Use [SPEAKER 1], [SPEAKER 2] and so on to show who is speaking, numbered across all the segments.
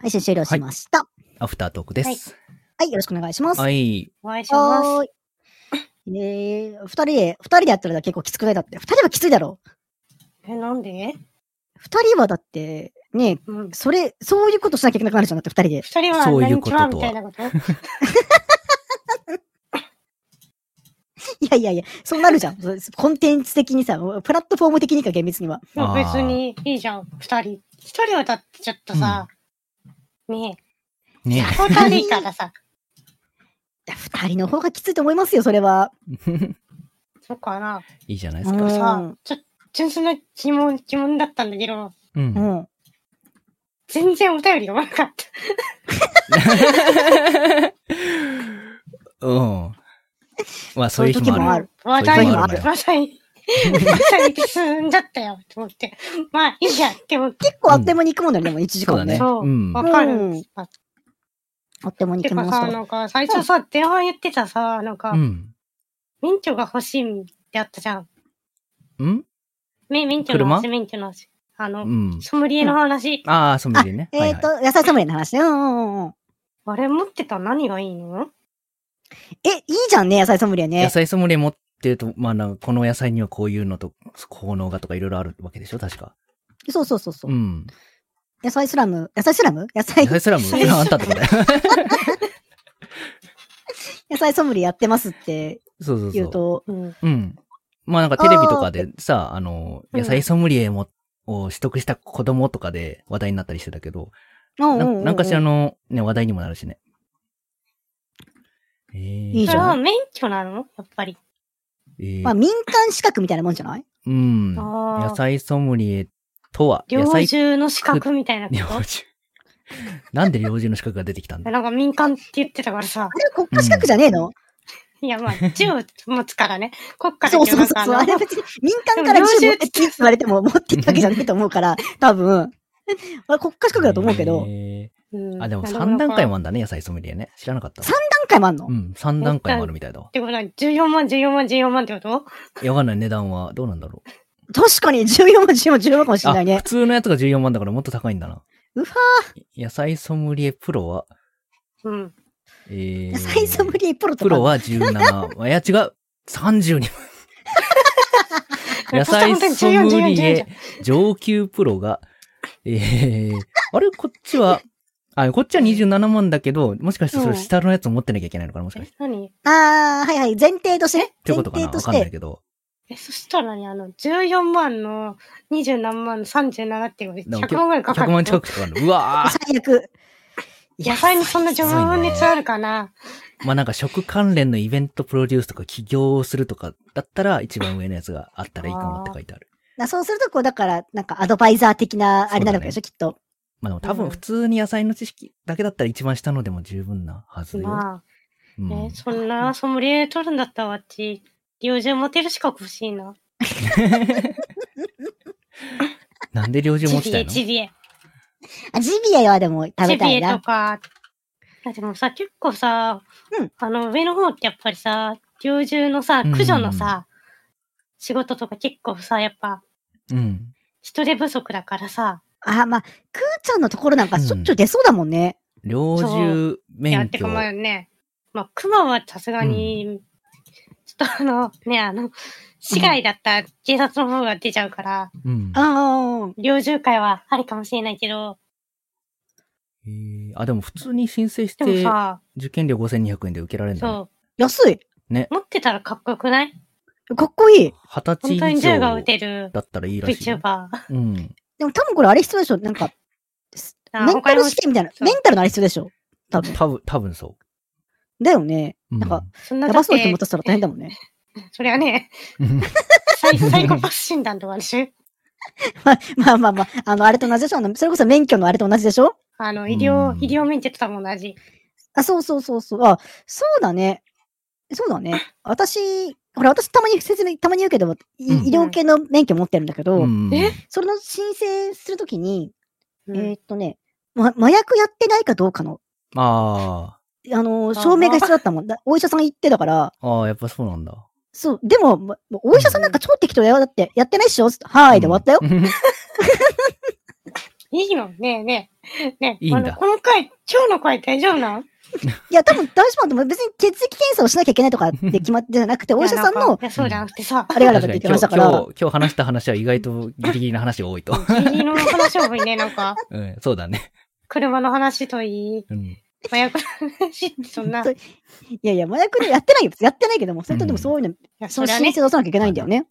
[SPEAKER 1] 配信終了しました。は
[SPEAKER 2] アフタートークです。
[SPEAKER 1] い、よろしくお願いします。
[SPEAKER 2] はい。
[SPEAKER 3] お願いしま
[SPEAKER 1] はーい。えー、二人で、二人でやってるのは結構きつくないだって。二人はきついだろ。
[SPEAKER 3] す。え、なんで
[SPEAKER 1] 二人はだって、ね
[SPEAKER 3] うん。
[SPEAKER 1] それ、そういうことしなきゃいけなくなるじゃん。だって二人で。
[SPEAKER 3] 二人は
[SPEAKER 2] そういう
[SPEAKER 3] 何
[SPEAKER 2] こ
[SPEAKER 3] キ
[SPEAKER 2] と
[SPEAKER 3] ャ
[SPEAKER 2] とは
[SPEAKER 3] ラみたいなこと
[SPEAKER 1] いやいやいや、そうなるじゃん。そうコンテンツ的にさ、プラットフォーム的にか厳密には。
[SPEAKER 3] まあ
[SPEAKER 2] あー
[SPEAKER 3] 別にいいじゃん、二人。一人はだってちょっとさ、ねえ、
[SPEAKER 2] ね
[SPEAKER 3] サポーターでいいからさ、
[SPEAKER 1] いや二人の方がきついと思いますよ、それは。
[SPEAKER 3] そっかな。
[SPEAKER 2] いいじゃないで
[SPEAKER 1] う
[SPEAKER 2] すか。
[SPEAKER 1] ん。
[SPEAKER 3] さ、ちょっと純粋な疑問、疑問だったんだけど、
[SPEAKER 2] う。
[SPEAKER 1] うんん。
[SPEAKER 3] 全然お便り読まなかった。
[SPEAKER 2] うん。まあ、そういう日も
[SPEAKER 1] も
[SPEAKER 2] あ
[SPEAKER 1] あ
[SPEAKER 2] る。
[SPEAKER 1] る。
[SPEAKER 3] 話題
[SPEAKER 1] そうい
[SPEAKER 3] に、
[SPEAKER 1] うのもある
[SPEAKER 3] 話題に、話題に進んじゃったよ、と思って。まあ、いいじゃん、って思って。
[SPEAKER 1] 結構あっという間に行くもんだよね、もう1時
[SPEAKER 2] そうだ
[SPEAKER 1] 間
[SPEAKER 2] ね。
[SPEAKER 1] ね。
[SPEAKER 3] そう
[SPEAKER 2] うん。
[SPEAKER 3] わかる
[SPEAKER 1] うん。
[SPEAKER 3] あ
[SPEAKER 1] あっという間に行
[SPEAKER 3] て
[SPEAKER 1] きま
[SPEAKER 3] かさ、
[SPEAKER 1] した。
[SPEAKER 3] なんか、最初さ、電話言ってたさ、なんか
[SPEAKER 2] う、ん。
[SPEAKER 3] 免許が欲しいってあったじゃん。
[SPEAKER 2] うん
[SPEAKER 3] め免許の話、
[SPEAKER 2] 車
[SPEAKER 3] 免許の話。あの
[SPEAKER 2] う、ん。
[SPEAKER 3] ソムリエの話。
[SPEAKER 2] ああ、ソムリエね。は
[SPEAKER 1] え
[SPEAKER 2] い
[SPEAKER 1] っ
[SPEAKER 2] はい
[SPEAKER 1] と、野菜ソムリエの話ね。うんうんうん。
[SPEAKER 3] あれ持ってたら何がいいの
[SPEAKER 1] え、いいじゃんね、野菜ソムリエ
[SPEAKER 2] 野
[SPEAKER 1] ね。
[SPEAKER 2] 菜ソムリエ持ってると、まあなんか、この野菜にはこういうのと、効能がとかいろいろあるわけでしょ確か。
[SPEAKER 1] そうそうそうそうう。
[SPEAKER 2] ん。
[SPEAKER 1] 野菜スラム、野菜スラム野
[SPEAKER 2] 野
[SPEAKER 1] 菜、
[SPEAKER 2] 菜スラム
[SPEAKER 3] はい
[SPEAKER 2] ああんたってことだよ。
[SPEAKER 1] 野菜ソムリエやってますって
[SPEAKER 2] そうそう
[SPEAKER 1] 言う
[SPEAKER 2] そう。
[SPEAKER 1] と、
[SPEAKER 3] うん。
[SPEAKER 2] うん。まあなんかテレビとかでさ、あの、
[SPEAKER 3] うん
[SPEAKER 2] 野菜ソムリエも、を取得した子供とかで話題になったりしてたけど、
[SPEAKER 1] うんう
[SPEAKER 2] なん
[SPEAKER 1] うんん
[SPEAKER 2] なんかしらのね、話題にもなるしね。えー、
[SPEAKER 1] いい
[SPEAKER 3] そ
[SPEAKER 1] じ
[SPEAKER 3] れ
[SPEAKER 1] ゃ
[SPEAKER 3] は
[SPEAKER 1] ん
[SPEAKER 3] 免許なのやっぱり。
[SPEAKER 2] えー
[SPEAKER 1] まあ民間資格みたいなもんじゃない
[SPEAKER 2] うん。
[SPEAKER 3] あ
[SPEAKER 2] 野
[SPEAKER 3] あ。
[SPEAKER 2] 菜ソムリエとは、
[SPEAKER 3] 猟
[SPEAKER 2] 野菜、
[SPEAKER 3] 銃の資格みたいな
[SPEAKER 2] 猟
[SPEAKER 3] こ
[SPEAKER 2] 銃。 なんで猟銃の資格が出てきたん
[SPEAKER 3] と
[SPEAKER 2] だ
[SPEAKER 3] なんか民間って言ってたから さ。
[SPEAKER 1] あれは国家資格じゃねえの
[SPEAKER 3] いや、まあ、銃持つか らね。国家だ
[SPEAKER 1] そう
[SPEAKER 3] け
[SPEAKER 1] そ
[SPEAKER 3] どな
[SPEAKER 1] うん
[SPEAKER 3] か
[SPEAKER 1] そ
[SPEAKER 3] あ
[SPEAKER 1] うそう。あれ
[SPEAKER 3] の
[SPEAKER 1] は別に民間から銃持ってって言われても持っていくわけじゃねえと思うから、多分。あれ国家資格だと思うけど、
[SPEAKER 2] え
[SPEAKER 3] う
[SPEAKER 2] ー
[SPEAKER 3] ん
[SPEAKER 2] あ、でも3段階も
[SPEAKER 3] っ
[SPEAKER 2] あんだね、野菜ソムリエね。知らなかったわ。
[SPEAKER 1] 三段階もあんの
[SPEAKER 2] うん、3段階もあるみたいだわ。
[SPEAKER 3] てことは、14万、14万、14万ってこと
[SPEAKER 2] いやわかんない値段は。どうなんだろう。
[SPEAKER 1] 確かに14万、14万、14万かもしれない
[SPEAKER 2] あ
[SPEAKER 1] ね
[SPEAKER 2] 普。通のやつが14万だからもっと高いんだな。
[SPEAKER 1] うは
[SPEAKER 2] 野菜ソムリエプロは、
[SPEAKER 3] うん。
[SPEAKER 2] えー、
[SPEAKER 1] 野菜ソムリエプロとか。
[SPEAKER 2] プロは17万。いや、違う。32万。 野菜ソムリエ上級プロが、えー、 あれこっちは、あ、こっちは27万だけど、もしかしてそれ下のやつ持ってなきゃいけないのかなもしか
[SPEAKER 3] え
[SPEAKER 2] して。、
[SPEAKER 3] 何
[SPEAKER 1] あー、はいはい。前提としてね。
[SPEAKER 2] って
[SPEAKER 1] 前
[SPEAKER 2] ことか
[SPEAKER 1] 提
[SPEAKER 2] な
[SPEAKER 1] と
[SPEAKER 2] わ
[SPEAKER 1] し
[SPEAKER 2] かんな
[SPEAKER 1] て
[SPEAKER 2] い。けど。
[SPEAKER 3] え、そしたらね、あの、14万の20何万、37っていうこと
[SPEAKER 2] で
[SPEAKER 3] で
[SPEAKER 2] も
[SPEAKER 3] 100万ぐらいかかる。
[SPEAKER 2] 100万近くかかる。うわ ー
[SPEAKER 1] 最悪。
[SPEAKER 3] 野菜にそんな序盤熱あるかな
[SPEAKER 2] まあなんか食関連のイベントプロデュースとか起業をするとかだったら一番上のやつがあったらいいかもって書いてある。
[SPEAKER 1] なそうすると、こう、だから、なんかアドバイザー的な、あれになるわけでしょ、きっと。
[SPEAKER 2] まあでも多分普通に野菜の知識だけだったら一番下のでも十分なはずよ。
[SPEAKER 3] まあ、
[SPEAKER 2] うん
[SPEAKER 3] え、そんなソムリエ取るんだったら私、猟銃持てる資格欲しいな。
[SPEAKER 2] なんで猟銃持
[SPEAKER 3] ジ
[SPEAKER 2] ち
[SPEAKER 3] ビ
[SPEAKER 2] たい
[SPEAKER 3] エ、
[SPEAKER 2] の
[SPEAKER 3] ジビエ。
[SPEAKER 1] あ、ジビエはでも食
[SPEAKER 3] ジ
[SPEAKER 1] べた
[SPEAKER 3] ビ
[SPEAKER 1] い
[SPEAKER 3] エと
[SPEAKER 1] な。
[SPEAKER 3] か。あでもさ、結構さ、
[SPEAKER 1] うん
[SPEAKER 3] あの、上の方ってやっぱりさ、猟銃のさ、
[SPEAKER 2] うん
[SPEAKER 3] 駆除のさ、仕事とか結構さ、やっぱ、
[SPEAKER 2] うん。
[SPEAKER 3] 人手不足だからさ、
[SPEAKER 1] あ、まあ、クーちゃんのところなんかしょっちゅう出そうだもんね。
[SPEAKER 2] 猟銃
[SPEAKER 3] いや、
[SPEAKER 2] 免
[SPEAKER 3] て
[SPEAKER 2] 許
[SPEAKER 3] か。まあね、まあ、熊はさすがに、ちょっとあの、ね、あの、市外だったら警察の方が出ちゃうから、
[SPEAKER 2] うん。
[SPEAKER 1] あ
[SPEAKER 3] 猟銃会はありかもしれないけど、
[SPEAKER 2] えーあ、でも普通に申請し
[SPEAKER 3] でも
[SPEAKER 2] て、
[SPEAKER 3] さ、
[SPEAKER 2] 受験料5200円で受けられるんだね。
[SPEAKER 3] そ
[SPEAKER 1] あ、安い。
[SPEAKER 3] う、持ってたらかっこよくない
[SPEAKER 1] かっこいい。
[SPEAKER 2] 二十
[SPEAKER 3] 本当
[SPEAKER 2] 歳以
[SPEAKER 3] に銃が撃
[SPEAKER 2] 上
[SPEAKER 3] てる
[SPEAKER 2] だったらいいらしいよ。
[SPEAKER 3] VTuber。
[SPEAKER 2] うん。
[SPEAKER 1] でも多分これあれ必要でしょなんか、
[SPEAKER 3] あ
[SPEAKER 1] メンタ
[SPEAKER 3] 他に
[SPEAKER 1] ル
[SPEAKER 3] も
[SPEAKER 1] 試験みたいな。
[SPEAKER 3] そう
[SPEAKER 1] メンタルのあれ必要でしょ多分。
[SPEAKER 2] 多分、多分そ
[SPEAKER 1] だよね。
[SPEAKER 2] う。う
[SPEAKER 1] なんか、
[SPEAKER 3] そんな
[SPEAKER 1] や
[SPEAKER 3] だ
[SPEAKER 1] ば
[SPEAKER 3] っ
[SPEAKER 1] そうな人持
[SPEAKER 3] て
[SPEAKER 1] た、せたら大変だもんね。
[SPEAKER 3] それはね、
[SPEAKER 2] うん
[SPEAKER 3] サイサイコパス診断とかでしょ
[SPEAKER 1] まあまあまあ、あの、あれと同じでしょあのそれこそ免許のあれと同じでしょ
[SPEAKER 3] あの、医療、
[SPEAKER 2] うん
[SPEAKER 3] 医療免許とかも同じ。
[SPEAKER 1] あ、そうそうそうそう。あ、そうだね。そうだね。私、ほら、私たまに説明、たまに言うけど、い
[SPEAKER 2] うん
[SPEAKER 1] 医療系の免許持ってるんだけど、
[SPEAKER 2] うん
[SPEAKER 3] え
[SPEAKER 1] それの申請するときに、
[SPEAKER 3] うん
[SPEAKER 1] えーっとね、ま、麻薬やってないかどうかの、
[SPEAKER 2] あ
[SPEAKER 1] あのー
[SPEAKER 3] あー
[SPEAKER 1] 証明が必要だったもん。だお医者さん行ってだから、
[SPEAKER 2] あ、ああ、やっぱそうなんだ。
[SPEAKER 1] そう、でも、まもうお医者さんなんか超適当だよ。だって、やってないっしょつってはーいで終わったよ。
[SPEAKER 2] うん。
[SPEAKER 3] いいのねえねえ。ねえ
[SPEAKER 2] いいんだ
[SPEAKER 3] あのこの回、今日の回大丈夫なん
[SPEAKER 1] いや、多分大丈夫なんで、別に血液検査をしなきゃいけないとかって決まってじゃなくて、お医者さん
[SPEAKER 3] いやなん
[SPEAKER 1] の
[SPEAKER 3] かいやそうじゃなくてさ、
[SPEAKER 1] あれがだかって
[SPEAKER 2] 確かに
[SPEAKER 1] 言って
[SPEAKER 2] 今
[SPEAKER 1] ました
[SPEAKER 2] 日、
[SPEAKER 1] から
[SPEAKER 2] 今、日、今日話した話は意外とギリギリな話が多いと。
[SPEAKER 3] ギリギリの話もいいね、なんか、
[SPEAKER 2] うん、そうだね。
[SPEAKER 3] 車の話といい、
[SPEAKER 2] うん。
[SPEAKER 3] 麻薬の話ってそんな、い
[SPEAKER 1] そういやいや、麻薬でやってないよ。やってないけども、それとでもそういうの、
[SPEAKER 3] や、
[SPEAKER 1] そ
[SPEAKER 3] そ
[SPEAKER 1] の
[SPEAKER 3] りゃ
[SPEAKER 1] 申
[SPEAKER 3] ね、
[SPEAKER 1] 請出さなきゃいけないんだよね。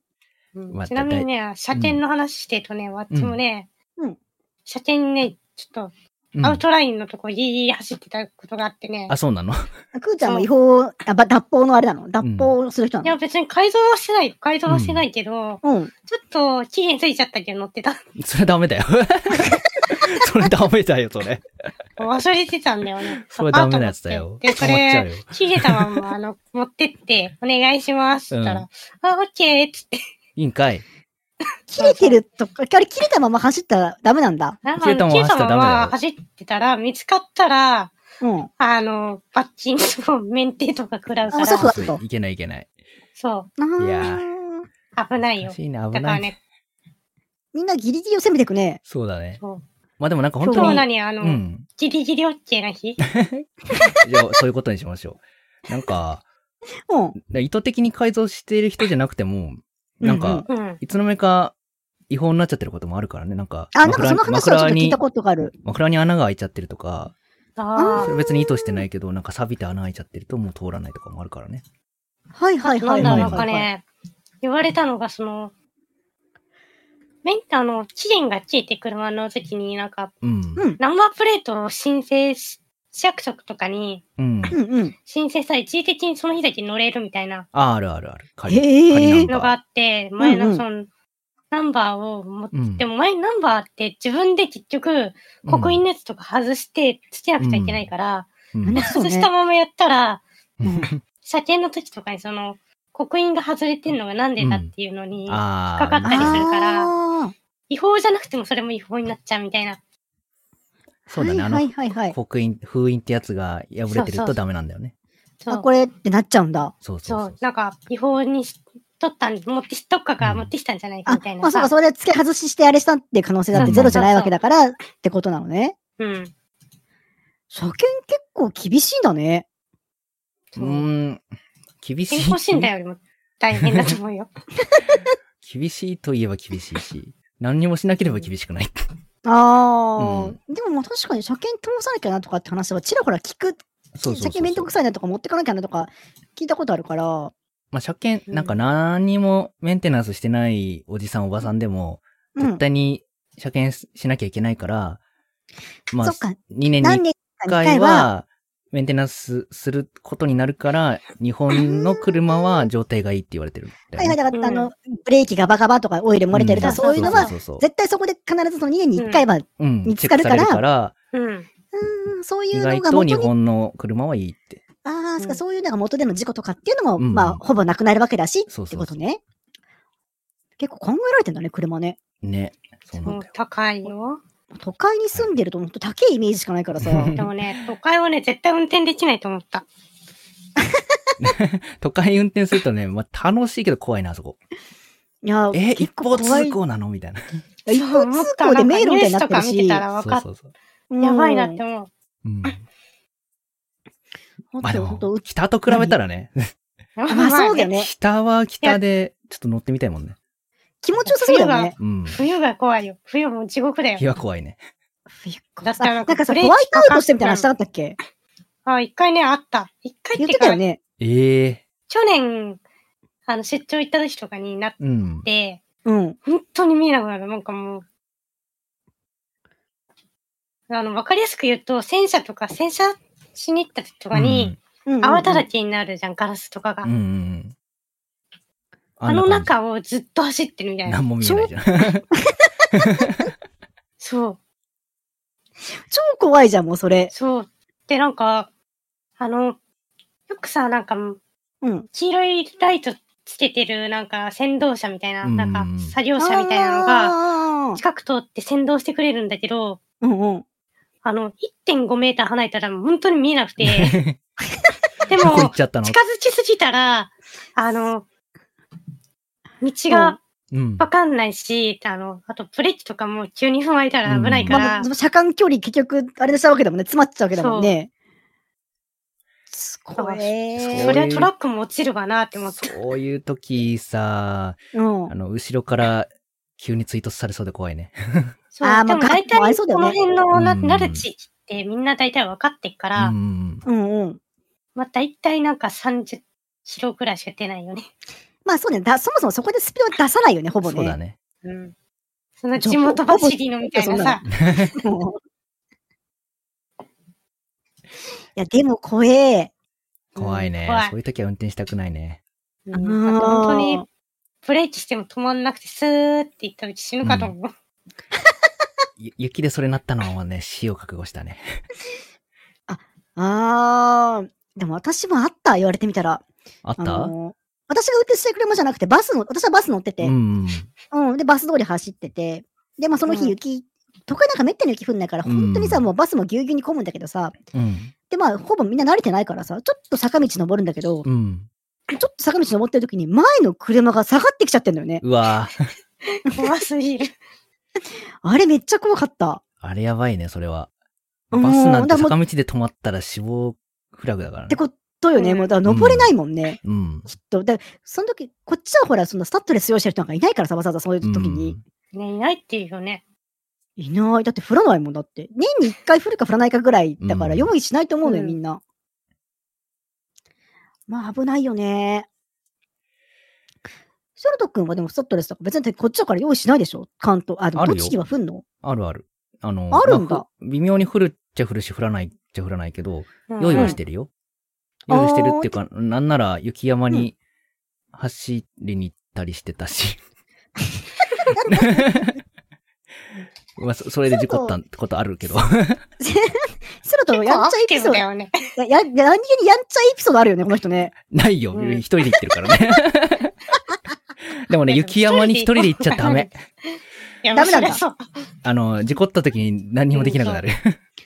[SPEAKER 3] うん
[SPEAKER 2] まあ
[SPEAKER 3] ちなみにね、車検の話してとね、私もね、
[SPEAKER 1] うん
[SPEAKER 3] 車検ね、ちょっ
[SPEAKER 2] うん
[SPEAKER 3] と、アウトラインのとこ、いい走ってたことがあってね
[SPEAKER 2] あ、、そうなの
[SPEAKER 1] くーちゃんも違法、あ、ば脱法のあれなの脱法をする人
[SPEAKER 3] い
[SPEAKER 1] な
[SPEAKER 3] や、
[SPEAKER 1] の、
[SPEAKER 3] 別に改造はしてない、改造はしてないけど、
[SPEAKER 1] うん、
[SPEAKER 3] ちょっと、期限ついちゃったけど乗ってた。
[SPEAKER 2] それダメだよ。 それダメだよ、それ。
[SPEAKER 3] 忘れてたんだよね。
[SPEAKER 2] それダメなやつだよ
[SPEAKER 3] で、そ
[SPEAKER 2] 捕まっちゃう
[SPEAKER 3] れ
[SPEAKER 2] よ、
[SPEAKER 3] ヒゲたまも、あの、持ってって、お願いします。って言ったら、
[SPEAKER 2] うん
[SPEAKER 3] あ、オッケーっつって。
[SPEAKER 2] いいんかい。
[SPEAKER 1] 切れてるとか、あれ切れたまま走ったらダメなんだ。
[SPEAKER 3] なんか
[SPEAKER 2] ヒゲたまは
[SPEAKER 3] ヒゲたまは
[SPEAKER 2] 走
[SPEAKER 3] 走ってたら、見つかったら、
[SPEAKER 1] うん。
[SPEAKER 3] あの、罰金と免停とか食らうか
[SPEAKER 1] あそうそう
[SPEAKER 3] ら、
[SPEAKER 1] だと
[SPEAKER 2] いけないいけない。
[SPEAKER 3] そう、
[SPEAKER 1] あー
[SPEAKER 2] いや
[SPEAKER 3] 危ない
[SPEAKER 2] お
[SPEAKER 3] よ
[SPEAKER 2] か。しいな、
[SPEAKER 3] だ
[SPEAKER 2] 危
[SPEAKER 3] か
[SPEAKER 2] な
[SPEAKER 3] ら
[SPEAKER 2] い。
[SPEAKER 3] ね、
[SPEAKER 1] みんなギリギリを攻めてくね。
[SPEAKER 2] そうだね。
[SPEAKER 3] そう
[SPEAKER 2] まあでもなんか本
[SPEAKER 3] 今
[SPEAKER 2] 当
[SPEAKER 3] 日
[SPEAKER 2] に、
[SPEAKER 3] 何、あの、
[SPEAKER 2] うん。
[SPEAKER 3] ギリギリオッケーな日
[SPEAKER 2] じゃあ、そういうことにしましょう。なんか、
[SPEAKER 1] うん。
[SPEAKER 2] 意図的に改造している人じゃなくても、なん
[SPEAKER 1] うんう
[SPEAKER 2] か
[SPEAKER 1] ん、
[SPEAKER 3] うん。
[SPEAKER 2] いつの間にか違法になっちゃってることもあるからね。なんか、
[SPEAKER 1] あ、なんかその話
[SPEAKER 2] マフ
[SPEAKER 1] はちょ
[SPEAKER 2] ラ
[SPEAKER 1] っ
[SPEAKER 2] ー
[SPEAKER 1] と聞い
[SPEAKER 2] に
[SPEAKER 1] た、ことがある。
[SPEAKER 2] マフラーに穴が開いちゃってるとか、
[SPEAKER 3] あ
[SPEAKER 2] そ
[SPEAKER 3] あ
[SPEAKER 2] れ別に意図してないけど、なんか錆びて穴開いちゃってるともう通らないとかもあるからね。
[SPEAKER 1] はいはい
[SPEAKER 3] な
[SPEAKER 1] は
[SPEAKER 3] ん
[SPEAKER 1] い。
[SPEAKER 3] だ
[SPEAKER 1] はい
[SPEAKER 3] ろう
[SPEAKER 1] は
[SPEAKER 3] か
[SPEAKER 1] いはい。
[SPEAKER 3] ね、言われたのが、その、メンターの期限が切れて車の時に、なんか、
[SPEAKER 2] うん。
[SPEAKER 1] うん。
[SPEAKER 3] ナンバープレートを申請し、市役所とかに
[SPEAKER 2] う
[SPEAKER 1] うん
[SPEAKER 2] ん。
[SPEAKER 1] うん。
[SPEAKER 3] 申請したら一時的にその日だけ乗れるみたいな
[SPEAKER 2] あ、あるあるある。仮
[SPEAKER 1] へー
[SPEAKER 2] 仮ナ
[SPEAKER 3] の
[SPEAKER 2] ン
[SPEAKER 3] があ
[SPEAKER 2] バー
[SPEAKER 3] って、前
[SPEAKER 1] うんう
[SPEAKER 3] の
[SPEAKER 1] ん
[SPEAKER 3] その、ナンバーを持っ
[SPEAKER 2] うん
[SPEAKER 3] でも前のナンバーって自分で結局、刻印のやつとか外してつけなくちゃいけないから、
[SPEAKER 2] うん
[SPEAKER 1] うんそう
[SPEAKER 3] 外
[SPEAKER 1] ね
[SPEAKER 3] したままやったら、
[SPEAKER 1] うん
[SPEAKER 3] 車検の時とかにその、刻印が外れてんのがなんでだっていうのに、
[SPEAKER 2] あ
[SPEAKER 3] 引っかかったりするから
[SPEAKER 1] あー
[SPEAKER 3] 違法じゃなくてもそれも違法になっちゃうみたいな。
[SPEAKER 2] そうだね。あ
[SPEAKER 1] は
[SPEAKER 2] の
[SPEAKER 1] い、はいはいはい。
[SPEAKER 2] 刻印、封印ってやつが破れてる
[SPEAKER 3] そうそうそ
[SPEAKER 2] と
[SPEAKER 3] う
[SPEAKER 2] ダメなんだよね。
[SPEAKER 3] そう
[SPEAKER 1] あ、これってなっちゃうんだ。
[SPEAKER 2] そうそ
[SPEAKER 3] そうう
[SPEAKER 2] そう。
[SPEAKER 3] なんか違法にし取ったん、持って、どっかから持ってきたんじゃないか
[SPEAKER 1] あ
[SPEAKER 3] みたい、
[SPEAKER 1] ま
[SPEAKER 3] な
[SPEAKER 1] あそう
[SPEAKER 3] さ。
[SPEAKER 1] か、それ付け外ししてあれしたっていう可能性だっ
[SPEAKER 2] う
[SPEAKER 1] て
[SPEAKER 2] ん
[SPEAKER 1] ゼロじゃないわけだからってことなのね。
[SPEAKER 3] うん。
[SPEAKER 1] 車検結構厳しいんだね。
[SPEAKER 2] う
[SPEAKER 3] そう
[SPEAKER 2] ーん。厳しい。
[SPEAKER 3] 健康診断よりも大変だと思うよ。
[SPEAKER 2] 厳しいといえば厳しいし、 何にもしなければ厳しくない。
[SPEAKER 1] ああ、
[SPEAKER 2] う
[SPEAKER 1] でもまあ確かに車検通さなきゃなとかって話はちらほら聞く。
[SPEAKER 2] そうそうそうそう
[SPEAKER 1] 車 検めんどくさいなとか持ってかなきゃなとか聞いたことあるから。
[SPEAKER 2] まあ、車検、なんか何にもメンテナンスしてないおじさんおばさんでも、
[SPEAKER 1] う
[SPEAKER 2] 絶
[SPEAKER 1] ん。
[SPEAKER 2] 対に車検しなきゃいけないから、ま
[SPEAKER 1] そ
[SPEAKER 2] あ、
[SPEAKER 1] っか
[SPEAKER 2] 2年に
[SPEAKER 1] 何年か
[SPEAKER 2] 1
[SPEAKER 1] に一
[SPEAKER 2] 回
[SPEAKER 1] 回は、
[SPEAKER 2] は、メンテナンスすることになるから、日本の車は状態がいいって言われてるんだ
[SPEAKER 1] はい
[SPEAKER 2] よ
[SPEAKER 1] はい、だ
[SPEAKER 2] ね。
[SPEAKER 1] から、
[SPEAKER 3] うん
[SPEAKER 1] あの、ブレーキがバカバとかオイル漏れてるとか、
[SPEAKER 3] ん
[SPEAKER 1] そういうのは、
[SPEAKER 2] そうそうそう
[SPEAKER 1] 絶対そこで必ずその2年に1回は、う
[SPEAKER 2] うん
[SPEAKER 1] 見つかるから
[SPEAKER 2] チェックされら
[SPEAKER 3] うん。
[SPEAKER 1] ーん、そうい
[SPEAKER 2] 意
[SPEAKER 1] うの
[SPEAKER 2] 外
[SPEAKER 1] が
[SPEAKER 2] と日
[SPEAKER 1] 元に、
[SPEAKER 2] 本の車はいいって。
[SPEAKER 1] ああ、そう
[SPEAKER 3] う
[SPEAKER 1] か、
[SPEAKER 3] ん
[SPEAKER 1] そういうのが元での事故とかっていうのも、
[SPEAKER 2] うん
[SPEAKER 1] まあ、ほぼなくなるわけだし、っ
[SPEAKER 2] そう
[SPEAKER 1] て
[SPEAKER 2] そうそう
[SPEAKER 1] ことね。結構考えられてんだね、車ね。
[SPEAKER 2] ね。そうな
[SPEAKER 3] も
[SPEAKER 2] ん
[SPEAKER 3] う
[SPEAKER 2] だよ。
[SPEAKER 3] 高いよ。
[SPEAKER 1] 都会に住んでると、ほんと高いイメージしかないから さ。
[SPEAKER 2] うん
[SPEAKER 3] でもね、都会はね、絶対運転できないと思った。
[SPEAKER 2] 都会運転するとね、まあ、楽しいけど怖いな、あそこ。
[SPEAKER 1] いや、
[SPEAKER 2] え、一
[SPEAKER 1] 結構
[SPEAKER 2] 方
[SPEAKER 1] 怖い
[SPEAKER 2] 通。行なのみたいな。
[SPEAKER 1] 一
[SPEAKER 3] そう
[SPEAKER 1] 方
[SPEAKER 3] 思っ
[SPEAKER 1] 通
[SPEAKER 3] た
[SPEAKER 1] 行で
[SPEAKER 3] なんか
[SPEAKER 1] 迷路み
[SPEAKER 3] ニュ
[SPEAKER 1] たいに
[SPEAKER 3] ー
[SPEAKER 1] なっ
[SPEAKER 3] スと
[SPEAKER 1] てる
[SPEAKER 3] か見て
[SPEAKER 1] し。
[SPEAKER 3] たら分
[SPEAKER 2] そ
[SPEAKER 3] か
[SPEAKER 2] う
[SPEAKER 3] っ
[SPEAKER 2] そうそう。
[SPEAKER 1] うん
[SPEAKER 3] やばいなって。思う。
[SPEAKER 2] うん。
[SPEAKER 1] ほん
[SPEAKER 2] まあで
[SPEAKER 1] と、ほんと
[SPEAKER 2] も、北と比べたらね、
[SPEAKER 3] ま
[SPEAKER 1] まあそうだよ。ね。
[SPEAKER 2] 北は北で、ちょっと乗ってみたいもんね。
[SPEAKER 1] 気持ちよさそうだよね。
[SPEAKER 2] うん。
[SPEAKER 3] 冬が怖いよ。冬もう地獄だよ
[SPEAKER 2] 日。は怖いね。
[SPEAKER 3] だったら
[SPEAKER 1] あなんかさ、
[SPEAKER 3] ブレ
[SPEAKER 1] ホ
[SPEAKER 3] ーキ
[SPEAKER 1] ワイトアウトしてみたいな話なかったっけ
[SPEAKER 3] あ、一回ね、あった。一回
[SPEAKER 1] 言
[SPEAKER 3] っ
[SPEAKER 1] っててた
[SPEAKER 3] か
[SPEAKER 1] よ、ね。
[SPEAKER 2] ええ
[SPEAKER 3] 去年、あの、出張行った時とかになっ
[SPEAKER 2] うん。
[SPEAKER 3] て、
[SPEAKER 1] うん。
[SPEAKER 3] 本当に見えなくなる。なんかもう。あの、わかりやすく言うと、戦車とか、戦車しに行った時とかに、
[SPEAKER 1] うん
[SPEAKER 3] 泡だらけになるじゃん、ガラスとかが。
[SPEAKER 2] うんうんうん。
[SPEAKER 3] あの
[SPEAKER 2] んな感じ
[SPEAKER 3] 中をずっと走ってるみたいな。
[SPEAKER 2] 何も見えないじゃん。
[SPEAKER 3] そう、
[SPEAKER 1] 超怖いじゃん、もうそれ。
[SPEAKER 3] そう。で、なんか、あの、よくさ、なんか、
[SPEAKER 1] うん。
[SPEAKER 3] 黄色いライトつけてる、なんか、先導車みたいな、
[SPEAKER 2] うん
[SPEAKER 3] なんか、作業車みたいなのが、
[SPEAKER 1] が。
[SPEAKER 3] 近く通って先導してくれるんだけど、
[SPEAKER 1] うんうん。
[SPEAKER 3] あの、1.5メーター離れたら本当に見えな くて、で
[SPEAKER 2] どこ行
[SPEAKER 3] も
[SPEAKER 2] っ、ちゃったの
[SPEAKER 3] 近づきすぎたら、あの、道が
[SPEAKER 2] うん。
[SPEAKER 3] わかんないし、あの、あとブレーキとかも急に踏まれたら危ないか
[SPEAKER 1] ま
[SPEAKER 3] ら、
[SPEAKER 1] あ、その車間距離結局、あれでしたわけだもんね。詰まっちゃうわけだもんね。すごい。
[SPEAKER 3] そりゃトラックも落ちるわなって思って。
[SPEAKER 2] そういう時さ、
[SPEAKER 1] うん
[SPEAKER 2] あ。の、後ろから急に追突されそうで怖いね。
[SPEAKER 3] そう
[SPEAKER 1] あーまあ
[SPEAKER 3] でも
[SPEAKER 1] ガラ
[SPEAKER 3] 大
[SPEAKER 1] ッとも合い
[SPEAKER 3] 体
[SPEAKER 1] そうだよ
[SPEAKER 3] こ
[SPEAKER 1] ね
[SPEAKER 3] の辺のな、
[SPEAKER 2] うん
[SPEAKER 3] なる地域ってみんな大体分かってっか
[SPEAKER 2] う
[SPEAKER 3] ら、
[SPEAKER 2] ん。
[SPEAKER 1] うんうん。
[SPEAKER 3] まあ大体なんか30キロくらいしか出ないよね。
[SPEAKER 1] まあそうね。だそもそもそこでスピード出さないよね、ほぼね。
[SPEAKER 2] そうだね。
[SPEAKER 3] うん。その地元走りのみたいなさ、
[SPEAKER 1] もういや、でも怖え。
[SPEAKER 2] 怖いね
[SPEAKER 3] うん怖い。
[SPEAKER 2] そういう時は運転したくないね。
[SPEAKER 3] う
[SPEAKER 1] あ
[SPEAKER 3] ん、あ
[SPEAKER 1] ー
[SPEAKER 3] と本当にブレーキしても止まんなくてスーっていったら死ぬかと思う。
[SPEAKER 2] ゆ雪でそれなったのはね、死を覚悟したね。
[SPEAKER 1] あー。でも私もあった、言われてみたら。
[SPEAKER 2] あ
[SPEAKER 1] あ
[SPEAKER 2] った
[SPEAKER 1] のー私が運転してくれまじゃなくて、バスの、私はバス乗ってて、う
[SPEAKER 2] う
[SPEAKER 1] ん、
[SPEAKER 2] ん。
[SPEAKER 1] で、バス通り走ってて、で、まあその
[SPEAKER 3] う
[SPEAKER 1] 日
[SPEAKER 3] ん
[SPEAKER 1] 雪、都会なんかめったに雪降んないから、
[SPEAKER 2] うん
[SPEAKER 1] 本当にさ、もうバスもぎゅうぎゅうに混むんだけどさ、
[SPEAKER 2] うん。
[SPEAKER 1] で、まあほぼみんな慣れてないからさ、ちょっと坂道登るんだけど、ちょ
[SPEAKER 2] うん。
[SPEAKER 1] っと坂道登ってる時に前の車が下がってきちゃってんだよね。
[SPEAKER 2] うわぁ。
[SPEAKER 3] 怖すぎる。
[SPEAKER 1] あれめっちゃ怖かった。
[SPEAKER 2] あれやばいね、それは。
[SPEAKER 1] うん
[SPEAKER 2] バスなんて
[SPEAKER 1] だから
[SPEAKER 2] 坂道で止まったら死亡フラグだから
[SPEAKER 1] っ
[SPEAKER 2] ね
[SPEAKER 1] て。ことよね、
[SPEAKER 3] うん
[SPEAKER 1] もうだから登れないもんね。
[SPEAKER 2] うん。
[SPEAKER 1] きっと。で、その時、こっちはほら、そのスタッドレス用意してる人なんかいないからさ、わざわざそういう時に。
[SPEAKER 3] ね、いないっていうよね。
[SPEAKER 1] いない。だって降らないもんだって。年に一回降るか降らないかぐらいだから、
[SPEAKER 2] うん
[SPEAKER 1] 用意しないと思うのよ、
[SPEAKER 3] うん
[SPEAKER 1] みんな。まあ、危ないよね。ソルト君はでもスタッドレスとか別にこっちだから用意しないでしょ関東。あ、でも
[SPEAKER 2] あるよ
[SPEAKER 1] 栃木は降んの
[SPEAKER 2] あるある。あの、
[SPEAKER 1] あるんだ
[SPEAKER 2] まあふ微妙に降るっちゃ降るし、降らないっちゃ降らないけど、
[SPEAKER 3] うん
[SPEAKER 2] 用意はしてるよ。
[SPEAKER 1] うん
[SPEAKER 2] 用意してるっていうか、なんなら雪山に走りに行ったりして たし。 まあ、そそれで事故ったことあるけど。
[SPEAKER 1] ソルトやんちゃ
[SPEAKER 3] 結構アク
[SPEAKER 1] エ
[SPEAKER 3] テ
[SPEAKER 1] ピ
[SPEAKER 3] ィ
[SPEAKER 1] ソード、
[SPEAKER 3] ブだ
[SPEAKER 1] や、
[SPEAKER 3] よね。
[SPEAKER 1] や、やんげにやんちゃエピソードあるよね、この人ね。
[SPEAKER 2] ないよ。
[SPEAKER 3] うん
[SPEAKER 2] 一人で行ってるからね。 でもね、
[SPEAKER 3] いやでも
[SPEAKER 2] 雪山に一人で行っちゃダメ。
[SPEAKER 3] いや、
[SPEAKER 1] ダメなんだ
[SPEAKER 3] まあそりゃそう。
[SPEAKER 2] あの、事故った時に何にもできなくなる。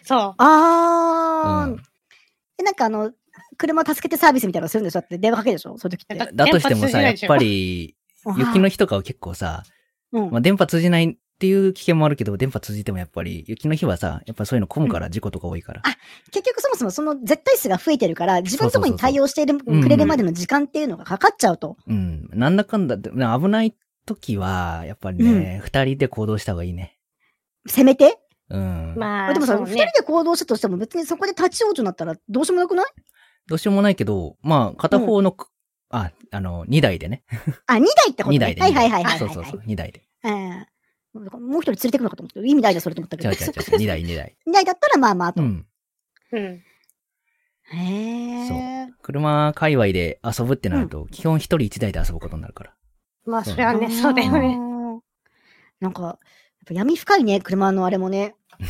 [SPEAKER 3] そう。
[SPEAKER 1] あー。
[SPEAKER 2] うん
[SPEAKER 1] えなんかあの、車助けてサービスみたいなのするんでしょだって電話かけるでしょそういう時って。
[SPEAKER 2] だとしてもさ、やっぱり、
[SPEAKER 3] り。
[SPEAKER 2] 雪の日とかは結構さ、
[SPEAKER 1] うん
[SPEAKER 2] まあ、電波通じないっていう危険もあるけど、電波通じてもやっぱり、雪の日はさ、やっぱそういうの混むから、事故とか多いから。
[SPEAKER 1] 結局そもそもその絶対数が増えてるから、自分のところに対応してる
[SPEAKER 2] そうそう
[SPEAKER 1] くれるまでの時間っていうのがかかっちゃうと。
[SPEAKER 2] うん。なんだかんだって、な危ない時は、やっぱりね、二、人で行動した方がいいね。
[SPEAKER 1] せめて。
[SPEAKER 2] うん。
[SPEAKER 3] まあ、
[SPEAKER 1] でもさ、
[SPEAKER 3] そ
[SPEAKER 1] 二、
[SPEAKER 3] う
[SPEAKER 1] 人
[SPEAKER 3] ね
[SPEAKER 1] で行動したとしても別にそこで立ち往生になったらどうしようもなくない
[SPEAKER 2] どうしようもないけど、まあ、片方のく、あ、あの、二台でね。
[SPEAKER 1] あ、2台ってこと、ね、
[SPEAKER 2] 二台で。
[SPEAKER 1] はいはいはいはいはい。
[SPEAKER 2] そうそうそう、二台で。
[SPEAKER 1] えーもう一人連れてくのかと思って、意味ないな、それと思ったけ
[SPEAKER 2] 違
[SPEAKER 1] ど。
[SPEAKER 2] う違う違う、二台二台。
[SPEAKER 1] 2台だったらまあまあと。
[SPEAKER 2] うん。
[SPEAKER 3] うん。
[SPEAKER 1] へえ。
[SPEAKER 2] 車界隈で遊ぶってなると、基本一人一台で遊ぶことになるから。
[SPEAKER 3] まあ、それはね、そうだよ
[SPEAKER 1] あ
[SPEAKER 3] ね。
[SPEAKER 1] ー。なんか、やっぱ闇深いね、車のあれもね。
[SPEAKER 3] い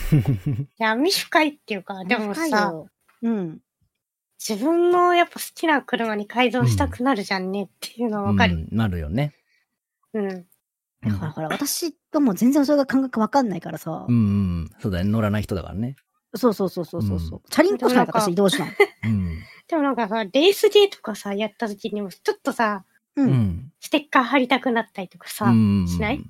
[SPEAKER 3] や、闇深いっていうか、でも
[SPEAKER 1] 闇深い
[SPEAKER 3] さ、
[SPEAKER 1] よ、うん。
[SPEAKER 3] 自分のやっぱ好きな車に改造したくなるじゃんねっていうのはわか
[SPEAKER 2] う
[SPEAKER 3] る。
[SPEAKER 2] んなるよね。
[SPEAKER 3] うん。
[SPEAKER 2] う
[SPEAKER 1] だ
[SPEAKER 2] ん
[SPEAKER 1] からほら、私はもう全然それが感覚わかんないからさ。
[SPEAKER 2] うんうん。そうだね。乗らない人だからね。
[SPEAKER 1] そうそうそうそうそう。う
[SPEAKER 2] うん
[SPEAKER 1] チャリンコしないから私移動しない。
[SPEAKER 2] うん。
[SPEAKER 3] でもなんかさ、レースゲーとかさ、やった時にも、ちょっとさ、
[SPEAKER 1] う。
[SPEAKER 2] うんん。
[SPEAKER 3] ステッカー貼りたくなったりとかさ、
[SPEAKER 2] うん
[SPEAKER 3] しない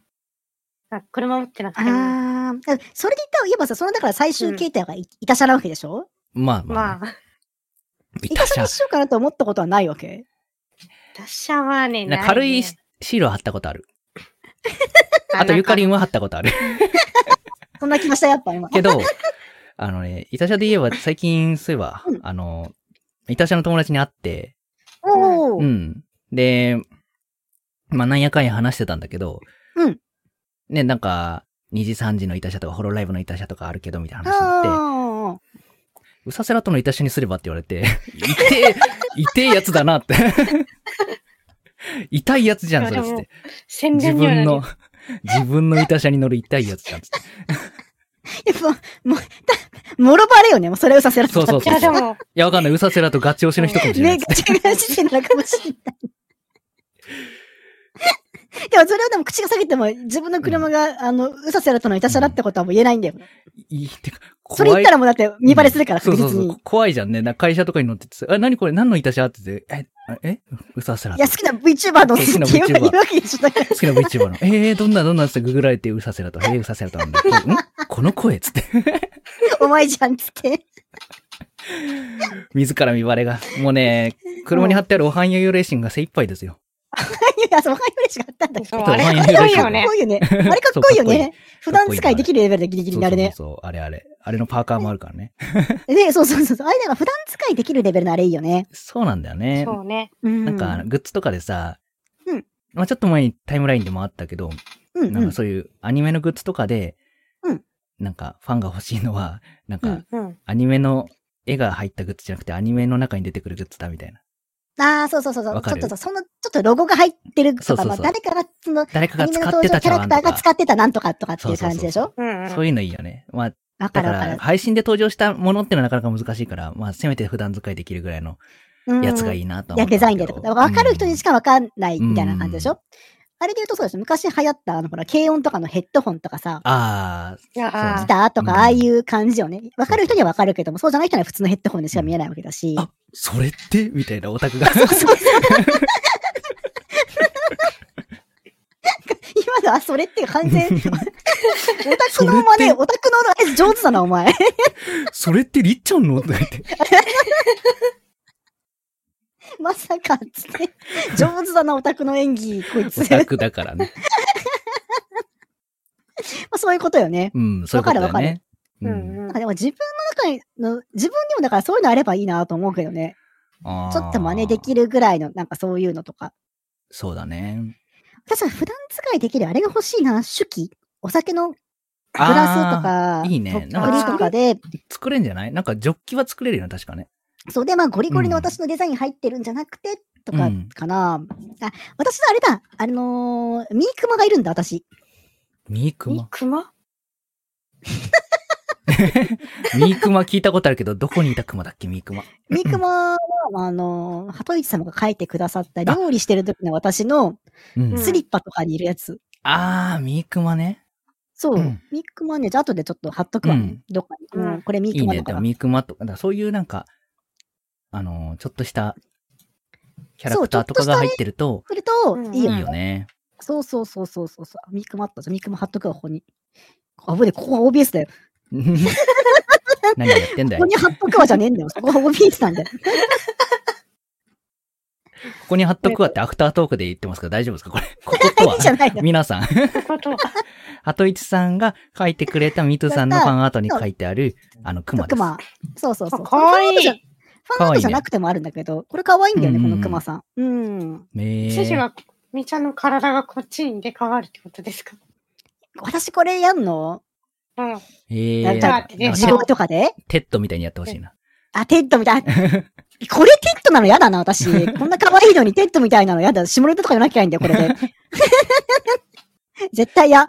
[SPEAKER 3] なんか車持ってなくても。
[SPEAKER 1] ああ、それで言ったら言えばさ、そのだから最終形態がい,、たしゃなわけでしょ
[SPEAKER 2] まあまあ
[SPEAKER 3] ま
[SPEAKER 2] ね。
[SPEAKER 3] あ、
[SPEAKER 2] い
[SPEAKER 1] いた
[SPEAKER 2] た
[SPEAKER 1] しゃ
[SPEAKER 2] し
[SPEAKER 1] に
[SPEAKER 2] ゃ。
[SPEAKER 1] しようかなと思ったことはないわけ
[SPEAKER 3] 達者はね、
[SPEAKER 2] な
[SPEAKER 3] な
[SPEAKER 2] 軽い
[SPEAKER 3] ね
[SPEAKER 2] シールは貼ったことある。あとゆかりんは貼ったことある。
[SPEAKER 1] そんな気がした、やっぱ今。
[SPEAKER 2] けど、あのね、いたしゃで言えば最近、そういえば
[SPEAKER 1] うん、
[SPEAKER 2] あの、いたしゃの友達に会って、
[SPEAKER 1] おお、
[SPEAKER 2] うん。で、まあなんやかんや話してたんだけど、
[SPEAKER 1] うん
[SPEAKER 2] ね、なんか、2時3時のいたしゃとか、ホロライブのいたしゃとかあるけど、みたいな話になって、
[SPEAKER 1] ああ。
[SPEAKER 2] ウサセラとのいたしゃにすればって言わ れて、痛え、痛えやつだなって。 痛いやつじゃん、それっつって。
[SPEAKER 3] 宣
[SPEAKER 2] 自
[SPEAKER 3] 伝にはな
[SPEAKER 2] 分
[SPEAKER 3] る
[SPEAKER 2] の、自分の板車に乗る痛いやつだっつって。
[SPEAKER 1] やっぱ、もう、た、もろばれよね。もうそれをさせられた
[SPEAKER 2] そうそう
[SPEAKER 3] いや、でも、
[SPEAKER 2] いや、わかんない。うさせらとガチ推しの人かもしれな
[SPEAKER 1] ね、
[SPEAKER 2] い。
[SPEAKER 1] ガチガチしてるのかもしれない。でもそれをでも口が下げても自分の車が、あの、うさせらとのいたしゃらってことはもう言えないんだよ。
[SPEAKER 2] いいってか、怖い。
[SPEAKER 1] それ言ったらもうだって見バレするから、
[SPEAKER 2] そ
[SPEAKER 1] 確
[SPEAKER 2] う
[SPEAKER 1] 実
[SPEAKER 2] そう
[SPEAKER 1] に。
[SPEAKER 2] そう。怖いじゃんね。なんか会社とかに乗ってて、あ、何これ何の板車って言って、え、えうさすら
[SPEAKER 1] いや、好きな VTuber の好きって言うわけでしょ。だから
[SPEAKER 2] 好きな VTuber の。えー、どんなどんなっつってググられて、うさせらと、えー、うさせらとなんだ。んこの声っつって。
[SPEAKER 1] お前じゃんっつって。
[SPEAKER 2] 自ら見バレが。もうね、車に貼ってあるおはんよよレーシングが精一杯ですよ。
[SPEAKER 1] いや、そう、ファイブレシがあったんだけ
[SPEAKER 3] そう
[SPEAKER 1] ど。
[SPEAKER 3] あれ
[SPEAKER 2] ちょっと
[SPEAKER 3] かっこいいよね
[SPEAKER 1] かっ。こいいよ ね。あれかっこいいよね。普
[SPEAKER 2] そうかっ
[SPEAKER 1] 段
[SPEAKER 2] こいい
[SPEAKER 1] 使いできるレベルでギリギリになるね。
[SPEAKER 2] そうそうそう、あれあれ。あれのパーカーもあるからね。
[SPEAKER 1] ね、そうそうそうそう。あれなんか普段使いできるレベルのあれいいよね。
[SPEAKER 2] そうなんだよね。
[SPEAKER 3] そうね。
[SPEAKER 1] うん。
[SPEAKER 2] なんか、あの、グッズとかでさ、
[SPEAKER 1] うん
[SPEAKER 2] まあちょっと前にタイムラインでもあったけど、
[SPEAKER 1] うん
[SPEAKER 2] な
[SPEAKER 1] うんん
[SPEAKER 2] か。そういうアニメのグッズとかで、
[SPEAKER 1] うん
[SPEAKER 2] なんかファンが欲しいのは、なん
[SPEAKER 1] う
[SPEAKER 2] か
[SPEAKER 1] ん
[SPEAKER 3] うん。
[SPEAKER 2] アニメの絵が入ったグッズじゃなくてアニメの中に出てくるグッズだみたいな。
[SPEAKER 1] ああ、そうそうそうそ
[SPEAKER 2] わ
[SPEAKER 1] う。
[SPEAKER 2] か
[SPEAKER 1] ちょ
[SPEAKER 2] る
[SPEAKER 1] っとさその、ちょっとロゴが入ってると
[SPEAKER 2] そうそう
[SPEAKER 1] か、
[SPEAKER 2] そ
[SPEAKER 1] ま
[SPEAKER 2] う
[SPEAKER 1] あ誰かが、その、
[SPEAKER 2] 誰か
[SPEAKER 1] ア
[SPEAKER 2] が
[SPEAKER 1] ニメ
[SPEAKER 2] 使
[SPEAKER 1] の
[SPEAKER 2] って
[SPEAKER 1] 登場
[SPEAKER 2] たち
[SPEAKER 1] キャ
[SPEAKER 2] ゃわ
[SPEAKER 1] ラ
[SPEAKER 2] ん
[SPEAKER 1] ク
[SPEAKER 2] と
[SPEAKER 1] タ
[SPEAKER 2] か
[SPEAKER 1] ーが使ってたなんとかとかっていう感じでしょ
[SPEAKER 3] うんうん。
[SPEAKER 2] そういうのいいよね。まあ、
[SPEAKER 1] わか
[SPEAKER 2] だ
[SPEAKER 1] る
[SPEAKER 2] か
[SPEAKER 1] わからる。
[SPEAKER 2] 配信で登場したものってのはなかなか難しいから、まあせめて普段使いできるぐらいの
[SPEAKER 1] うん
[SPEAKER 2] やつがいいなと
[SPEAKER 1] い
[SPEAKER 2] 思
[SPEAKER 1] や、
[SPEAKER 2] うん
[SPEAKER 1] デ
[SPEAKER 2] だけど。
[SPEAKER 1] ザインでとか。わかる人にしかわかんないみたいな感じでし
[SPEAKER 2] う
[SPEAKER 1] ょあれで言うとそうです。昔流行った、あの、ほら、軽音とかのヘッドホンとかさ、
[SPEAKER 2] ああ、
[SPEAKER 3] いや
[SPEAKER 2] そう
[SPEAKER 1] ギ
[SPEAKER 3] あ
[SPEAKER 2] ね
[SPEAKER 1] ターと
[SPEAKER 2] うん
[SPEAKER 1] か、ああいう感じよね。わかる人にはわかるけども、そうじゃない人には普通のヘッドホンでしか見えないわけだし。
[SPEAKER 2] あ、それってみたいなオ タクが。
[SPEAKER 1] 今のはそれって完全、オ タ
[SPEAKER 2] そ
[SPEAKER 1] ク
[SPEAKER 2] れっ
[SPEAKER 1] の
[SPEAKER 2] て
[SPEAKER 1] まね、オタクのあれ上手だな、お前。
[SPEAKER 2] それってりっちゃんのとか 言って。
[SPEAKER 1] まさか、つって。上手だな、オタクの演技、こいつ
[SPEAKER 2] オ。タクだからね。
[SPEAKER 1] まあそういうことよね。
[SPEAKER 2] うん、そういうことだよね。
[SPEAKER 3] う
[SPEAKER 2] うん
[SPEAKER 3] ん
[SPEAKER 1] なん
[SPEAKER 3] うん
[SPEAKER 1] か。でも自分の中の、自分にもだからそういうのあればいいなと思うけどね。
[SPEAKER 2] あー
[SPEAKER 1] ちょっと真似できるぐらいの、なんかそういうのとか。
[SPEAKER 2] そうだね。
[SPEAKER 1] 私は普段使いできるあれが欲しいな、手記。お酒のグラスとか
[SPEAKER 2] あ、ーいいね
[SPEAKER 1] とっく
[SPEAKER 3] なん
[SPEAKER 1] り
[SPEAKER 3] か
[SPEAKER 1] とかで、
[SPEAKER 2] 作れんじゃないなんかジョッキは作れるよね、確かね。
[SPEAKER 1] そうで、まあ、ゴリゴリの
[SPEAKER 2] うん
[SPEAKER 1] 私のデザイン入ってるんじゃなくて、と
[SPEAKER 2] う
[SPEAKER 1] か
[SPEAKER 2] ん、
[SPEAKER 1] かな。あ、私のあれだ、あのーミークマがいるんだ、私。
[SPEAKER 2] ミーク
[SPEAKER 3] え
[SPEAKER 2] マ。
[SPEAKER 3] 熊
[SPEAKER 2] ミークマ聞いたことあるけど、どこにいたクマだっけ、ミークマ。
[SPEAKER 1] ミークマは、あのー、鳩市様が書いてくださった料理してる時の私の
[SPEAKER 2] うん。
[SPEAKER 1] スリッパとかにいるやつ。
[SPEAKER 2] あー、ミークマね。
[SPEAKER 1] そう、
[SPEAKER 2] うん
[SPEAKER 1] ミークマね、じゃあ後でちょっと貼っとくわね。
[SPEAKER 2] うん
[SPEAKER 1] どっかに。
[SPEAKER 3] うん
[SPEAKER 1] うん、これミー
[SPEAKER 2] いい
[SPEAKER 1] クマ
[SPEAKER 2] ね。
[SPEAKER 1] だか
[SPEAKER 2] で
[SPEAKER 1] ら。
[SPEAKER 2] もミークマとか、だからそういうなんか、あのー、ちょっとしたキャラクターとかが入ってると、
[SPEAKER 1] すると
[SPEAKER 3] う、ん
[SPEAKER 1] いい
[SPEAKER 2] いい
[SPEAKER 1] よ、
[SPEAKER 2] よね。
[SPEAKER 1] そうそうそうそうそうそう。ミークマあったじゃん。ミークマ貼っとくわ、ここに。あ、ぶね、ここは OBS だよ。
[SPEAKER 2] 何やってんだ
[SPEAKER 1] ここ。
[SPEAKER 2] よ
[SPEAKER 1] に貼っとくわじゃねえんだよ。そこは OBS なんだよ。
[SPEAKER 2] ここに貼っとくわってアフタートークで言ってますけど大丈夫ですかこれ。こことは
[SPEAKER 1] じゃないの。
[SPEAKER 2] 皆さん、
[SPEAKER 3] ってことは、
[SPEAKER 2] ハトイチさんが書いてくれたミトさんのファンアートに書いてある、あの、クマで
[SPEAKER 1] ク
[SPEAKER 2] す。
[SPEAKER 1] マ。そうそうそう。
[SPEAKER 3] あかわいい
[SPEAKER 1] ファンアートじゃファンアートじゃなくてもあるんだけど、これかわいいんだよね、
[SPEAKER 2] うん
[SPEAKER 1] こ
[SPEAKER 2] うん
[SPEAKER 1] のクマさん。うん。
[SPEAKER 2] ねえ
[SPEAKER 3] シシは、みちゃんの体がこっちに入れ替わるってことですか
[SPEAKER 1] 私これやんの
[SPEAKER 3] うん。あ
[SPEAKER 2] ええ
[SPEAKER 1] やった
[SPEAKER 3] らね
[SPEAKER 2] なんか
[SPEAKER 1] 地
[SPEAKER 2] テ
[SPEAKER 1] 獄とかで
[SPEAKER 2] テッドみたいにやってほしいな。
[SPEAKER 1] あ、テッドみたい。 あこれテッドなのやだな、私。こんな可愛いのにテッドみたいなのやだ。下ネタとかじゃなきゃいけないんだよ、これで。 絶対や。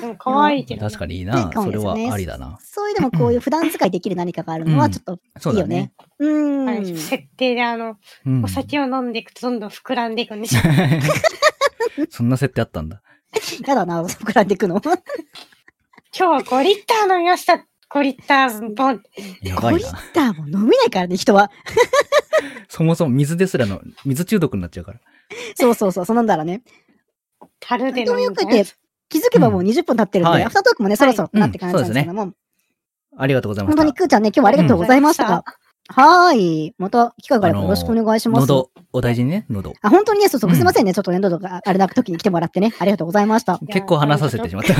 [SPEAKER 3] でも可愛いけどね。
[SPEAKER 2] 確かにいいな。
[SPEAKER 1] テッド
[SPEAKER 2] そ
[SPEAKER 1] もで
[SPEAKER 2] れ
[SPEAKER 1] すね
[SPEAKER 2] はありだな。
[SPEAKER 1] そういうでもこういう普段使いできる何かがあるのはちょっと、
[SPEAKER 2] そうだね。
[SPEAKER 1] う
[SPEAKER 3] あれ
[SPEAKER 1] ー
[SPEAKER 3] でしょ
[SPEAKER 1] ん。
[SPEAKER 3] 設定であの、
[SPEAKER 2] うん
[SPEAKER 3] お酒を飲んでいくとどんどん膨らんでいくんでしょ。
[SPEAKER 2] そんな設定あったんだ。
[SPEAKER 1] やだな、膨らんでいくの。
[SPEAKER 3] 今日5リッター飲みました。5リッター、ボン。
[SPEAKER 2] やば
[SPEAKER 1] 5
[SPEAKER 2] い
[SPEAKER 1] リ
[SPEAKER 2] な。
[SPEAKER 1] ッターも飲めないからね、人は。
[SPEAKER 2] そもそも水ですらの、水中毒になっちゃうから。
[SPEAKER 1] そうそうそう、そうなんだらね。
[SPEAKER 3] 樽で飲
[SPEAKER 1] とも
[SPEAKER 3] む
[SPEAKER 1] よ
[SPEAKER 3] みた
[SPEAKER 1] く
[SPEAKER 3] いな
[SPEAKER 1] て。、気づけばもう20分経ってるんで、
[SPEAKER 2] はい
[SPEAKER 1] アフタートークもね、そろそろなって感じなんですけども、
[SPEAKER 2] ありがとうございま
[SPEAKER 1] 本当に
[SPEAKER 2] し。
[SPEAKER 1] くーちゃんね、今日はありがとうございました。
[SPEAKER 3] ありがと
[SPEAKER 1] はーい。また機会があればよろしくお願いしたます。
[SPEAKER 2] 喉、お大事にね、喉。
[SPEAKER 1] あ、本当にね、そうそう、
[SPEAKER 2] うん
[SPEAKER 1] すいませんね、ちょっとね、喉があれな時に来てもらってね、ありがとうございま した。
[SPEAKER 2] 結構話させてしまった。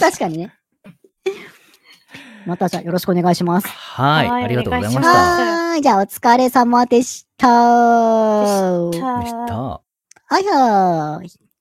[SPEAKER 1] 確かにね。またじゃあよろしくお願いします。
[SPEAKER 2] はい。ありがとうございまし
[SPEAKER 3] ま
[SPEAKER 2] た。
[SPEAKER 1] はーい。じゃあお疲れ様でした。
[SPEAKER 3] でした
[SPEAKER 2] でした。
[SPEAKER 1] はいはーい。